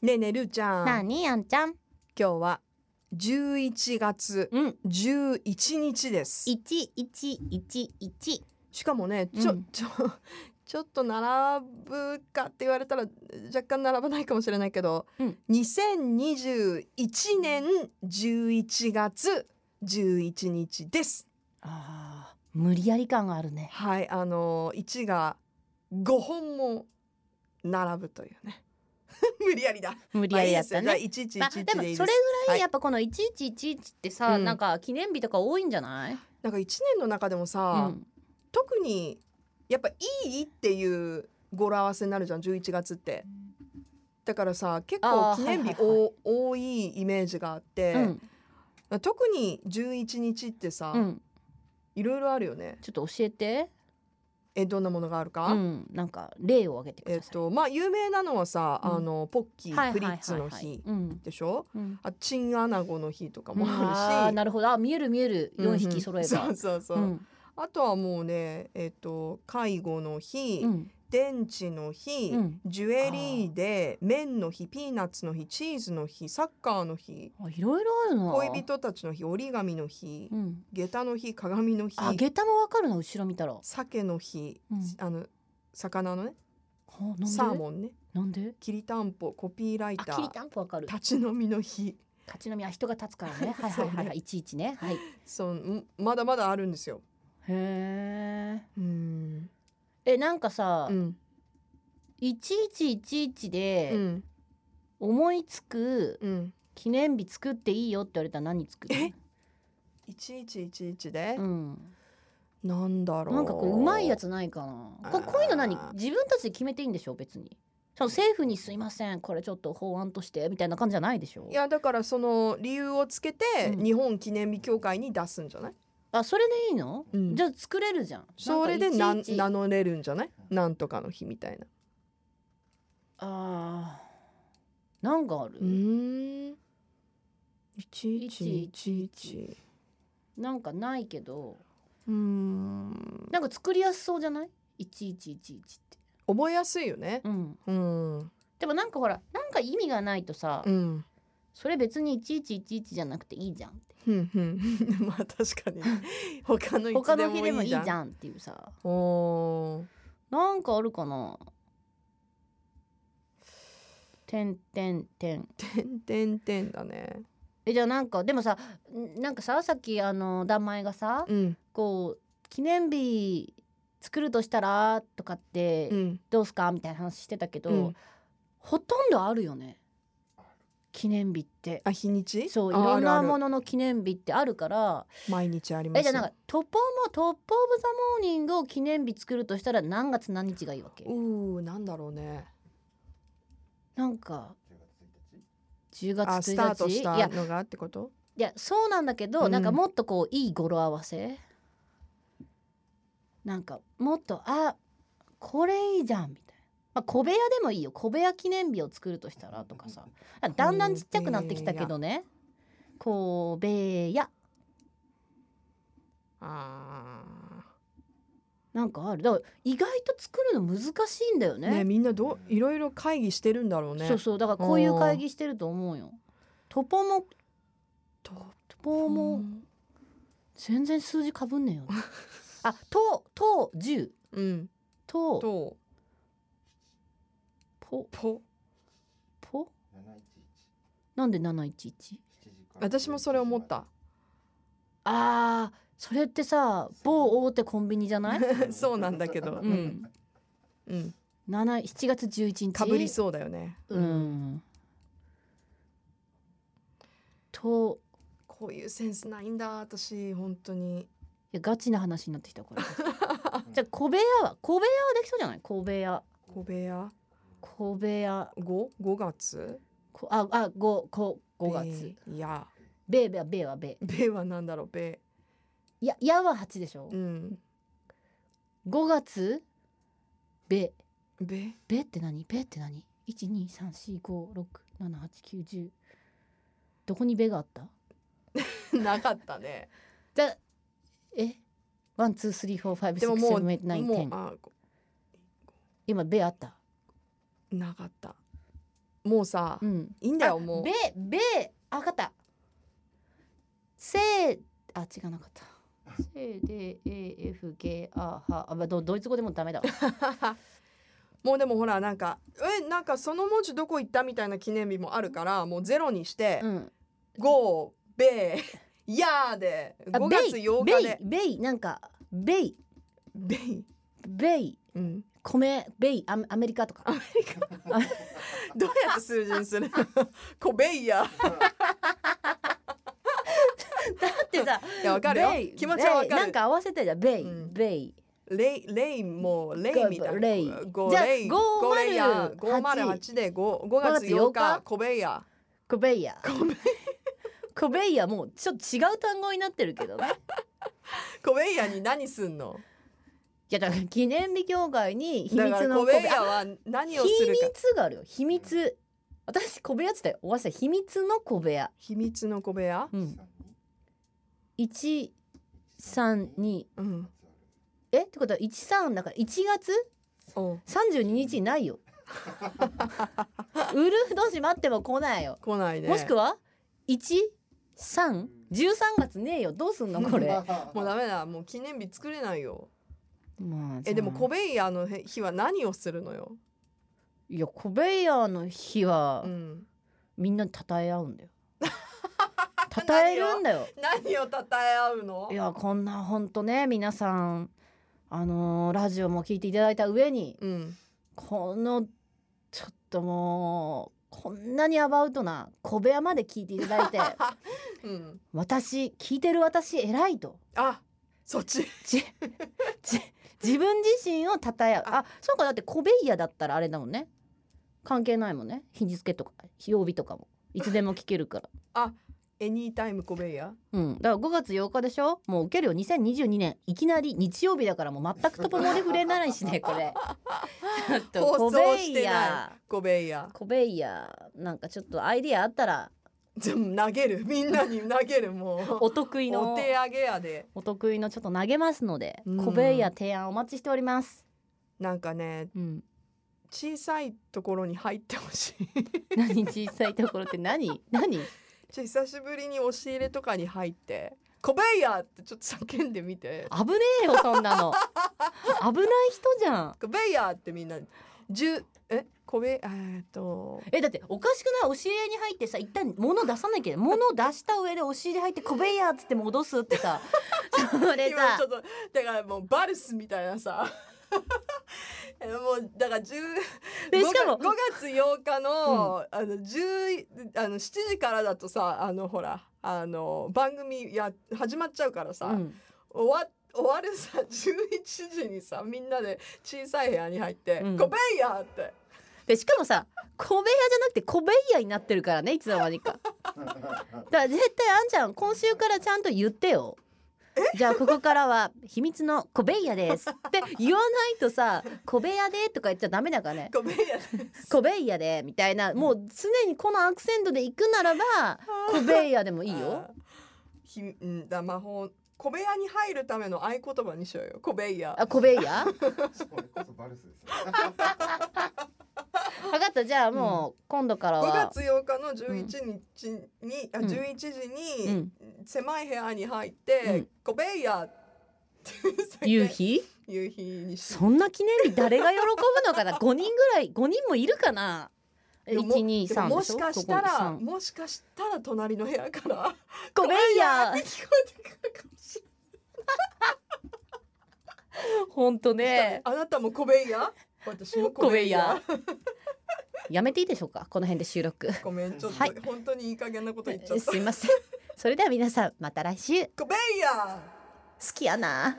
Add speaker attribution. Speaker 1: ねえねえるーちゃん
Speaker 2: なあ
Speaker 1: 今
Speaker 2: にやんちゃん。
Speaker 1: 日は11月
Speaker 2: うん。
Speaker 1: 11日です
Speaker 2: 一一一一。
Speaker 1: しかもねちょ、
Speaker 2: うん
Speaker 1: ちょ ちょっと並ぶかって言われたら若干並ばないかもしれないけど、
Speaker 2: うん
Speaker 1: 2021年11月11日です
Speaker 2: ああ、無理やり感があるね。
Speaker 1: はいあの1が5本も並ぶというね 無理やりだ
Speaker 2: 無理やりやった
Speaker 1: まあ
Speaker 2: ね。
Speaker 1: いいです
Speaker 2: ま
Speaker 1: よ
Speaker 2: あ、
Speaker 1: じゃあ1111
Speaker 2: でもそ
Speaker 1: でい
Speaker 2: れ
Speaker 1: いです
Speaker 2: ぐ
Speaker 1: は
Speaker 2: ら
Speaker 1: い
Speaker 2: いやっぱこの一一一ってさ、
Speaker 1: うん
Speaker 2: なんか記念日とか多いんじゃない？
Speaker 1: なんか1年の中でも
Speaker 2: う
Speaker 1: さ、
Speaker 2: ん。
Speaker 1: 特にやっぱいいっていう語呂合わせになるじゃん11月ってだからさ結構
Speaker 2: あー
Speaker 1: 記念日
Speaker 2: はいはい
Speaker 1: お多いイメージがあって、
Speaker 2: うん。
Speaker 1: 特に11日ってさ、
Speaker 2: うん。
Speaker 1: いろいろあるよね
Speaker 2: ちょっと教えて。
Speaker 1: えどんなものがあるか、
Speaker 2: うん。なんか例を挙げてく
Speaker 1: えっ
Speaker 2: ださい。
Speaker 1: とまあ有名なのはさ、
Speaker 2: うん
Speaker 1: あのポッキ
Speaker 2: は
Speaker 1: ー
Speaker 2: いはい
Speaker 1: プリ
Speaker 2: はいはい
Speaker 1: ッツの日
Speaker 2: うん。
Speaker 1: でしょ
Speaker 2: うん。
Speaker 1: あチンアナゴの日とかも
Speaker 2: あ
Speaker 1: あ
Speaker 2: あ、
Speaker 1: るし
Speaker 2: なるほど。あ、見える見える。
Speaker 1: うんう
Speaker 2: 四
Speaker 1: ん
Speaker 2: 匹揃え
Speaker 1: そ
Speaker 2: ば
Speaker 1: う。そうそう、
Speaker 2: うん。
Speaker 1: あとはもうねえっと介護の日、
Speaker 2: うん。
Speaker 1: 電池の日、
Speaker 2: うん
Speaker 1: ジュエリーで麺の日ピーナッツの日チーズの日サッカーの日
Speaker 2: あ、いろいろあるな。
Speaker 1: 恋。人たちの日折り紙の日
Speaker 2: うん。
Speaker 1: 下駄の日鏡の日
Speaker 2: あ、下駄もわかるな。後ろ見たら。は
Speaker 1: 鮭の日、
Speaker 2: うん
Speaker 1: あの魚のね
Speaker 2: あなんで？
Speaker 1: サーモンね
Speaker 2: なんで？
Speaker 1: きりたんぽコピーライ
Speaker 2: あ、
Speaker 1: タ
Speaker 2: きり
Speaker 1: ー
Speaker 2: たんぽわかる。
Speaker 1: 立ち飲みの日
Speaker 2: 立ち飲みは人が立つから ね。はい
Speaker 1: そ
Speaker 2: は
Speaker 1: う
Speaker 2: いはい
Speaker 1: は
Speaker 2: はいい。いちいちね。はい。へ
Speaker 1: そうんまだまだあるんですよ。
Speaker 2: え。
Speaker 1: うん、
Speaker 2: えなんかさ
Speaker 1: う、ん
Speaker 2: 一一一一
Speaker 1: う
Speaker 2: で
Speaker 1: ん
Speaker 2: 思いつく
Speaker 1: うん、
Speaker 2: 記念日作っていいよって言われたら何作る？
Speaker 1: え1111で、
Speaker 2: うん。
Speaker 1: なんだろう
Speaker 2: なんかこううまいやつないかな。
Speaker 1: あ
Speaker 2: こ
Speaker 1: ー
Speaker 2: こういうの何？自分たちで決めていいんでしょ別に。その政府にすいませんこれちょっと法案としてみたいな感じじゃないでしょ。
Speaker 1: いやだからその理由をつけて、
Speaker 2: うん
Speaker 1: 日本記念日協会に出すんじゃない
Speaker 2: あそれでいいの？
Speaker 1: うん
Speaker 2: じゃあ作れるじゃん。
Speaker 1: それでなん
Speaker 2: かいちいち
Speaker 1: 名乗れるんじゃないなんとかの日みたいな
Speaker 2: あーなんかある。
Speaker 1: ん
Speaker 2: 1111なんかないけど。
Speaker 1: うん
Speaker 2: なんか作りやすそうじゃない1111って。
Speaker 1: 覚えやすいよね
Speaker 2: うん。
Speaker 1: うん
Speaker 2: でもなんかほら、なんか意味がないとさ、
Speaker 1: うん
Speaker 2: それ別に1111じゃなくていいじゃんって。
Speaker 1: ふんふん まあ確 かに他のい
Speaker 2: 他
Speaker 1: つで
Speaker 2: の日でも
Speaker 1: もい
Speaker 2: い
Speaker 1: い
Speaker 2: い
Speaker 1: じ
Speaker 2: じ
Speaker 1: ゃん
Speaker 2: ゃんっていうさ、
Speaker 1: おー
Speaker 2: なんかあるかな。てんてんてん。
Speaker 1: てんてんてんだね
Speaker 2: えじゃあなんかでもさ、んなんかささっきあの名前がさ、
Speaker 1: うん
Speaker 2: こう記念日作るとしたらとかって
Speaker 1: うん
Speaker 2: どうすかみたいな話してたけど、
Speaker 1: うん
Speaker 2: ほとんどあるよね。記念日って。
Speaker 1: あ日にち
Speaker 2: そうい
Speaker 1: あ
Speaker 2: ろんな
Speaker 1: あるあ
Speaker 2: も
Speaker 1: る
Speaker 2: のの記念日ってあるから
Speaker 1: 毎日あります
Speaker 2: えじゃあなんかトップオブトップオブザモーニングを記念日作るとしたら何月何日がいいわけ
Speaker 1: うーなんだろうね
Speaker 2: なんか10月1日
Speaker 1: あスタートし
Speaker 2: い
Speaker 1: た
Speaker 2: や
Speaker 1: のがってこと
Speaker 2: いやそうなんだけど、
Speaker 1: うん
Speaker 2: なんかもっとこういい語呂合わせなんかもっとあこれいいじゃんみたいな、まあ、小部屋でもいいよ小部屋記念日を作るとしたらとかさあだんだんちっちゃくなってきたけどね小部屋
Speaker 1: ああ
Speaker 2: なんかあるだから意外と作るの難しいんだよね
Speaker 1: ねみんなどういろいろ会議してるんだろうね。
Speaker 2: そうそうだからこういう会議してると思うよトポも
Speaker 1: と
Speaker 2: トポも全然数字かぶん ねえよあとと10
Speaker 1: うん
Speaker 2: と
Speaker 1: と
Speaker 2: ポ
Speaker 1: ぽ
Speaker 2: ポなんで 711?
Speaker 1: 私もそれ思った。
Speaker 2: あーそれってさ某大手コンビニじゃ ない、
Speaker 1: そうなんだけど、う
Speaker 2: うんん、
Speaker 1: うん
Speaker 2: 7 7月11日
Speaker 1: かぶりそうだよね。
Speaker 2: う、んと
Speaker 1: こういうセンスないんだ私本当に。
Speaker 2: いやガチな話になってきたこれじゃあ小部屋は小部屋はできそうじゃない小部屋
Speaker 1: 小部屋
Speaker 2: 小部屋
Speaker 1: 五五月
Speaker 2: こああ五こ五月。
Speaker 1: べいや
Speaker 2: べーべはべーはべー。
Speaker 1: べはなんだろうべ
Speaker 2: いややは八でしょ
Speaker 1: う。ん
Speaker 2: 五月べ
Speaker 1: べ
Speaker 2: べって何べって何？一二三四五六七八九十。どこにべがあった？
Speaker 1: なかったね。
Speaker 2: じゃえワンツースリーフォーファイブシ
Speaker 1: でも
Speaker 2: ック
Speaker 1: も
Speaker 2: セ
Speaker 1: う
Speaker 2: ブンエイトナインテ
Speaker 1: もう
Speaker 2: ン。
Speaker 1: あ
Speaker 2: 今べあった。
Speaker 1: なかった。もうさ、
Speaker 2: うん
Speaker 1: いいんだよもう
Speaker 2: べべあ分かったせいあ違うなかったせいで A F G A はあまどドイツ語でもダ メだわ
Speaker 1: もうでもほらなんかえなんかその文字どこ行ったみたいな記念日もあるからもうゼロにして
Speaker 2: うん
Speaker 1: 五べやーで
Speaker 2: あ
Speaker 1: 五月八
Speaker 2: ベ
Speaker 1: 日
Speaker 2: イ
Speaker 1: で
Speaker 2: ベイベイなんかベイ
Speaker 1: べい
Speaker 2: ベイ
Speaker 1: うん
Speaker 2: 米ベイアメアメリカとか
Speaker 1: どうやって数字にす るこべいや
Speaker 2: だって さ
Speaker 1: いやわかるよ
Speaker 2: ベイ
Speaker 1: 気持ちはわ
Speaker 2: ベイ
Speaker 1: か
Speaker 2: なん
Speaker 1: る
Speaker 2: か合わせてじゃんベイ、
Speaker 1: うん
Speaker 2: ベイ
Speaker 1: レイレイもうレイみたいな
Speaker 2: レイ
Speaker 1: ご
Speaker 2: じゃあ
Speaker 1: レイ
Speaker 2: 508
Speaker 1: ごレイヤ五マル八で五五月八
Speaker 2: 五月八
Speaker 1: 日こべいや
Speaker 2: コベイヤ コベイヤもうちょっと違う単語になってるけどね
Speaker 1: こべいやに何すんの
Speaker 2: いやだから記念日協会に秘
Speaker 1: だ
Speaker 2: 密
Speaker 1: から
Speaker 2: の
Speaker 1: こ
Speaker 2: コ
Speaker 1: べ
Speaker 2: ベ
Speaker 1: いやは何をす
Speaker 2: 秘
Speaker 1: るか
Speaker 2: 密があるよ秘密私小部屋っつったよおわせ秘密の小部屋
Speaker 1: 秘密のこべや
Speaker 2: うん一三二
Speaker 1: うん
Speaker 2: えってことは一三だから一月
Speaker 1: お
Speaker 2: 三十二日ない よウルフ年待っても来ないよ、
Speaker 1: 来ないね
Speaker 2: もしくは一三十三月ねえよどうすんのこれ
Speaker 1: もうダメだもう記念日作れないよ
Speaker 2: まあじゃ
Speaker 1: え
Speaker 2: あ
Speaker 1: でもコベイヤの日は何をするのよ、
Speaker 2: いや小部屋の日は
Speaker 1: うん、
Speaker 2: みんな称え合うんだよ称えるんだよ
Speaker 1: 何を称え合うの
Speaker 2: いやこんな本当ね皆さんあのーラジオも聞いていただいた上に
Speaker 1: うん
Speaker 2: このちょっともうこんなにアバウトな小部屋まで聞いていただいて
Speaker 1: うん
Speaker 2: 私聞いてる私偉いと
Speaker 1: あそっち
Speaker 2: じじ自分自身を称え合うあそうかだって小部屋だったらあれだもんね関係ないもんね日付とか曜日とかもいつでも聞けるから。
Speaker 1: エニータイムコベイヤ
Speaker 2: うん、だから5月8日でしょもう受けるよ2022年いきなり日曜日だからもう全くともに触れないしねこれちょっと
Speaker 1: 放送
Speaker 2: コベ
Speaker 1: し
Speaker 2: イ
Speaker 1: て
Speaker 2: ヤ
Speaker 1: ないコベイヤ
Speaker 2: コベイヤなんかちょっとアイディアあったら
Speaker 1: 全部投げるみんなに投げるも
Speaker 2: お得意
Speaker 1: う
Speaker 2: の
Speaker 1: お手上げやで
Speaker 2: お得意のちょっと投げますので
Speaker 1: うん
Speaker 2: コベイヤ提案お待ちしております、
Speaker 1: なんかね
Speaker 2: うん、
Speaker 1: 小さいところに入ってほしい
Speaker 2: 何 小さいところって何何
Speaker 1: ちょ久しぶりに押し入れとかに入ってコベイヤってちょっと叫んでみて
Speaker 2: 危ねえよそんなの危ない人じゃん
Speaker 1: コベイヤーってみんな十えコベえーっと
Speaker 2: えだっておかしくない押し入れに入ってさ一旦物出さなきゃ物出した上で押し入れ入って「こべや」っつって戻すっ てさそれ
Speaker 1: 今
Speaker 2: さ
Speaker 1: ちょっとだからもうバルスみたいなさ えもうだから十
Speaker 2: でしかも
Speaker 1: 5月8日の、あの10あの7時からだとさあのほらあの番組や始まっちゃうからさ、
Speaker 2: うん
Speaker 1: 終わ終わるさ11時にさみんなで小さい部屋に入って
Speaker 2: う
Speaker 1: 「
Speaker 2: ん
Speaker 1: コベイヤー!」って
Speaker 2: でしかもさ「こべや」じゃなくて「こべや」になってるからねいつの間にかだから絶対あんちゃん今週からちゃんと言ってよじゃあここからは「秘密のこべやです」って言わないとさ「こべやで」とか言っちゃダメだからね
Speaker 1: 「コベイヤー!」
Speaker 2: 「こべやで」みたいなもう常にこのアクセントで行くならば「こべや」でもいいよ
Speaker 1: あー。ひんだ魔法小部屋に入るための合言葉にしようよ小部屋
Speaker 2: あ、コベイヤ。
Speaker 3: それこそバルスですね。
Speaker 2: 分かった、じゃあ、もう、今度から
Speaker 1: 5
Speaker 2: は。
Speaker 1: 月8日の11日に、あ
Speaker 2: うん
Speaker 1: 11時
Speaker 2: う
Speaker 1: に
Speaker 2: ん
Speaker 1: 狭い部屋に入っ
Speaker 2: う
Speaker 1: て
Speaker 2: ん
Speaker 1: 「小部屋」って
Speaker 2: 夕日。
Speaker 1: 夕日にし
Speaker 2: そんな記念日、誰が喜ぶのかな、5人 ぐらい、5人もいるかな。
Speaker 1: でも
Speaker 2: 一二
Speaker 1: でも
Speaker 2: 三。
Speaker 1: もしかした
Speaker 2: ここ
Speaker 1: ら
Speaker 2: 三
Speaker 1: もしかしたら隣の部屋から
Speaker 2: コベイヤ
Speaker 1: って。聞こえてくるかもし
Speaker 2: 本当
Speaker 1: れない
Speaker 2: ね。
Speaker 1: あなたも小部屋私も小
Speaker 2: コ
Speaker 1: 部
Speaker 2: ベイ
Speaker 1: 屋
Speaker 2: ヤ。やめていいでしょうか、この辺で収録。
Speaker 1: ごめんちょっと、
Speaker 2: はい
Speaker 1: 本当にいい加減なこと言っ ちゃった
Speaker 2: すいません。それでは、皆さん、また来週。
Speaker 1: 小
Speaker 2: 好
Speaker 1: 部屋
Speaker 2: きやな。